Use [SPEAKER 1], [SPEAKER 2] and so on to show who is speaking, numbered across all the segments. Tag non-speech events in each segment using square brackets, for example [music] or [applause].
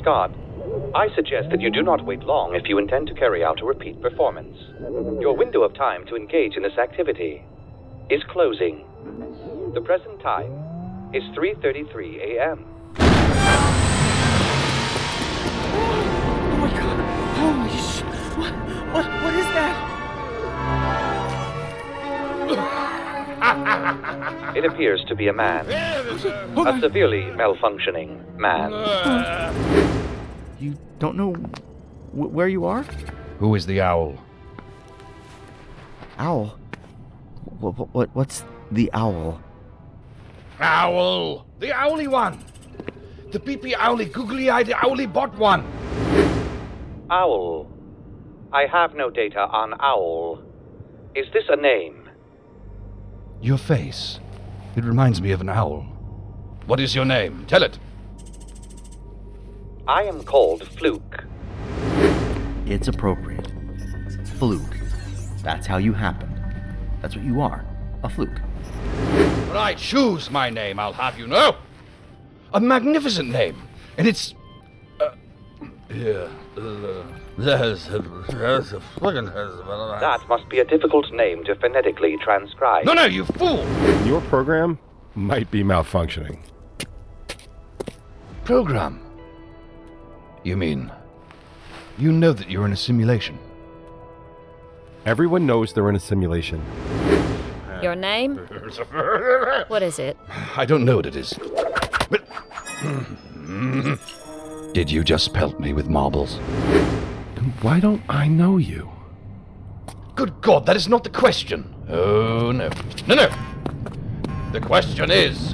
[SPEAKER 1] Scott, I suggest that you do not wait long if you intend to carry out a repeat performance. Your window of time to engage in this activity is closing. The present time is 3:33 a.m.
[SPEAKER 2] Oh my god! Holy sh! What? What? What is that?
[SPEAKER 1] It appears to be a man,
[SPEAKER 2] Oh
[SPEAKER 1] a
[SPEAKER 2] my!
[SPEAKER 1] severely malfunctioning man.
[SPEAKER 3] You don't know wh- where you are?
[SPEAKER 4] Who is the owl?
[SPEAKER 3] Owl. What, what? What's the owl?
[SPEAKER 4] Owl! The owly one! The peepy owly, googly eyed, owly bot one!
[SPEAKER 1] Owl. I have no data on owl. Is this a name?
[SPEAKER 4] Your face. It reminds me of an owl. What is your name? Tell it.
[SPEAKER 1] I am called Fluke.
[SPEAKER 3] It's appropriate. Fluke. That's how you happen. That's what you are. A fluke.
[SPEAKER 4] Right, choose my name, I'll have you know. A magnificent name. And it's. Uh, yeah. Uh, there's a, there's a friggin'
[SPEAKER 1] That must be a difficult name to phonetically transcribe.
[SPEAKER 4] No, no, you fool!
[SPEAKER 5] Your program might be malfunctioning.
[SPEAKER 4] Program. You mean. You know that you're in a simulation.
[SPEAKER 5] Everyone knows they're in a simulation.
[SPEAKER 6] Your name? What is it?
[SPEAKER 4] I don't know what it is. But- Did you just pelt me with marbles?
[SPEAKER 5] Why don't I know you?
[SPEAKER 4] Good God, that is not the question. Oh, no. No, no. The question is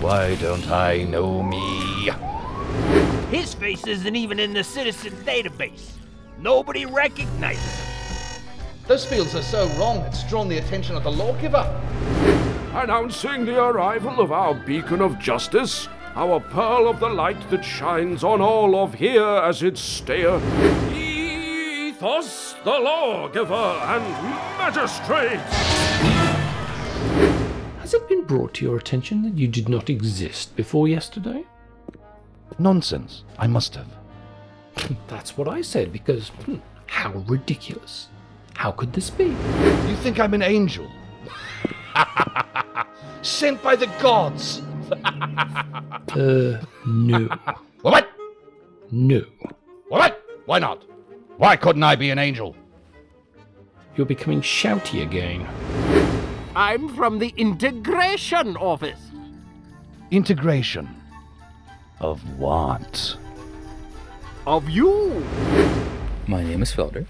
[SPEAKER 4] why don't I know me?
[SPEAKER 7] His face isn't even in the citizen database. Nobody recognizes him.
[SPEAKER 4] Those fields are so wrong, it's drawn the attention of the lawgiver.
[SPEAKER 8] announcing the arrival of our beacon of justice, our pearl of the light that shines on all of here as its stayer. Ethos, the lawgiver and magistrate!
[SPEAKER 9] Has it been brought to your attention that you did not exist before yesterday?
[SPEAKER 4] Nonsense. I must have.
[SPEAKER 9] That's what I said because hmm, how ridiculous. How could this be?
[SPEAKER 4] You think I'm an angel? [laughs] Sent by the gods.
[SPEAKER 9] Uh, no.
[SPEAKER 4] What?
[SPEAKER 9] No.
[SPEAKER 4] What? Why not? Why couldn't I be an angel?
[SPEAKER 9] You're becoming shouty again.
[SPEAKER 7] I'm from the integration office.
[SPEAKER 4] Integration. Of what?
[SPEAKER 7] Of you.
[SPEAKER 10] My name is Felder.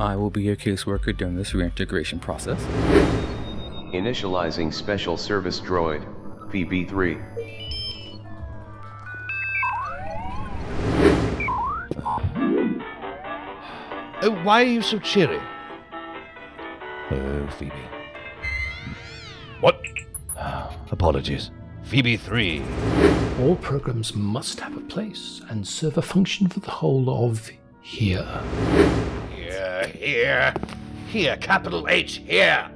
[SPEAKER 10] I will be your caseworker during this reintegration process.
[SPEAKER 7] Initializing Special Service Droid, PB3.
[SPEAKER 4] Oh, why are you so cheery? Oh, Phoebe. What? Uh, Apologies. Phoebe 3.
[SPEAKER 9] All programs must have a place and serve a function for the whole of here.
[SPEAKER 4] Here, here, here, capital H, here.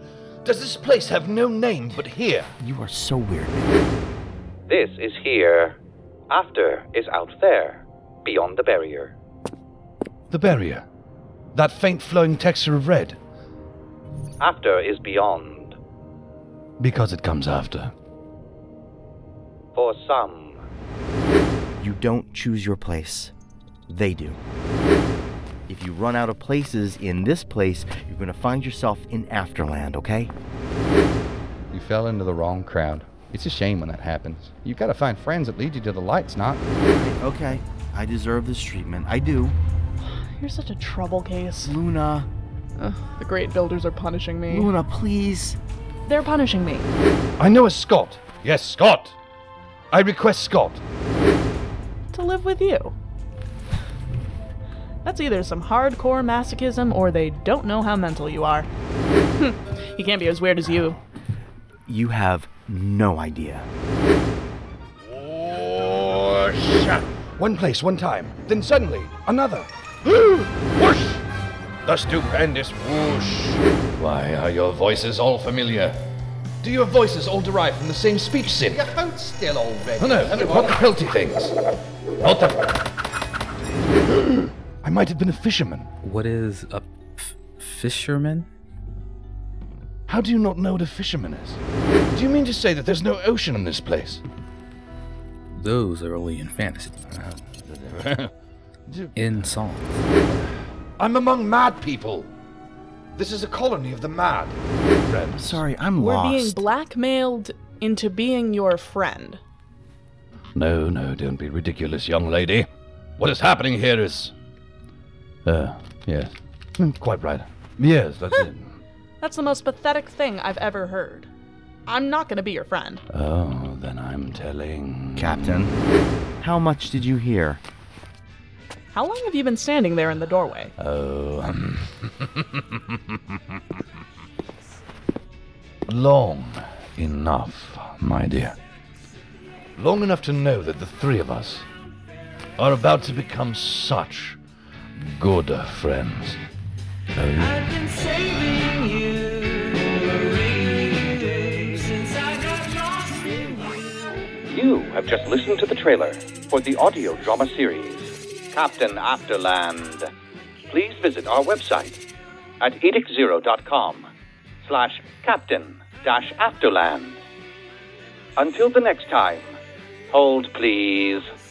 [SPEAKER 4] Does this place have no name but here?
[SPEAKER 3] You are so weird.
[SPEAKER 1] This is here. After is out there, beyond the barrier.
[SPEAKER 4] The barrier. That faint flowing texture of red.
[SPEAKER 1] After is beyond.
[SPEAKER 4] Because it comes after.
[SPEAKER 1] For some,
[SPEAKER 3] You don't choose your place. They do. If you run out of places in this place, you're going to find yourself in Afterland, okay?
[SPEAKER 4] You fell into the wrong crowd. It's a shame when that happens. You've got to find friends that lead you to the lights, not.
[SPEAKER 3] Okay. I deserve this treatment. I do.
[SPEAKER 2] [sighs] You're such a trouble case.
[SPEAKER 3] Luna.
[SPEAKER 2] The great builders are punishing me.
[SPEAKER 3] Luna, please.
[SPEAKER 2] They're punishing me.
[SPEAKER 4] I know a Scott. Yes, Scott. I request Scott.
[SPEAKER 2] to live with you. That's either some hardcore masochism or they don't know how mental you are. he can't be as weird as you.
[SPEAKER 3] You have no idea.
[SPEAKER 4] Whoosh! One place, one time. Then suddenly, another. [gasps] whoosh! The stupendous whoosh. Why are your voices all familiar? Do your voices all derive from the same speech synth? Your hoat's still already. Oh no, what the pelty things? What the? [gasps] I might have been a fisherman.
[SPEAKER 10] What is a f- fisherman?
[SPEAKER 4] How do you not know what a fisherman is? Do you mean to say that there's no ocean in this place?
[SPEAKER 10] Those are only in fantasy. in song.
[SPEAKER 4] I'm among mad people. This is a colony of the mad. Friends.
[SPEAKER 3] Sorry, I'm
[SPEAKER 2] We're being blackmailed into being your friend.
[SPEAKER 4] No, no, don't be ridiculous, young lady. What is happening here is. Uh, yes. Hmm, Quite right. Yes, that's it.
[SPEAKER 2] That's the most pathetic thing I've ever heard. I'm not gonna be your friend.
[SPEAKER 4] Oh, then I'm telling.
[SPEAKER 3] Captain, how much did you hear?
[SPEAKER 2] How long have you been standing there in the doorway?
[SPEAKER 4] Oh. [laughs] Long enough, my dear. Long enough to know that the three of us are about to become such good friends. Oh,
[SPEAKER 1] You have just listened to the trailer for the audio drama series, Captain Afterland. Please visit our website at edictzero.com slash captain dash afterland. Until the next time, hold please.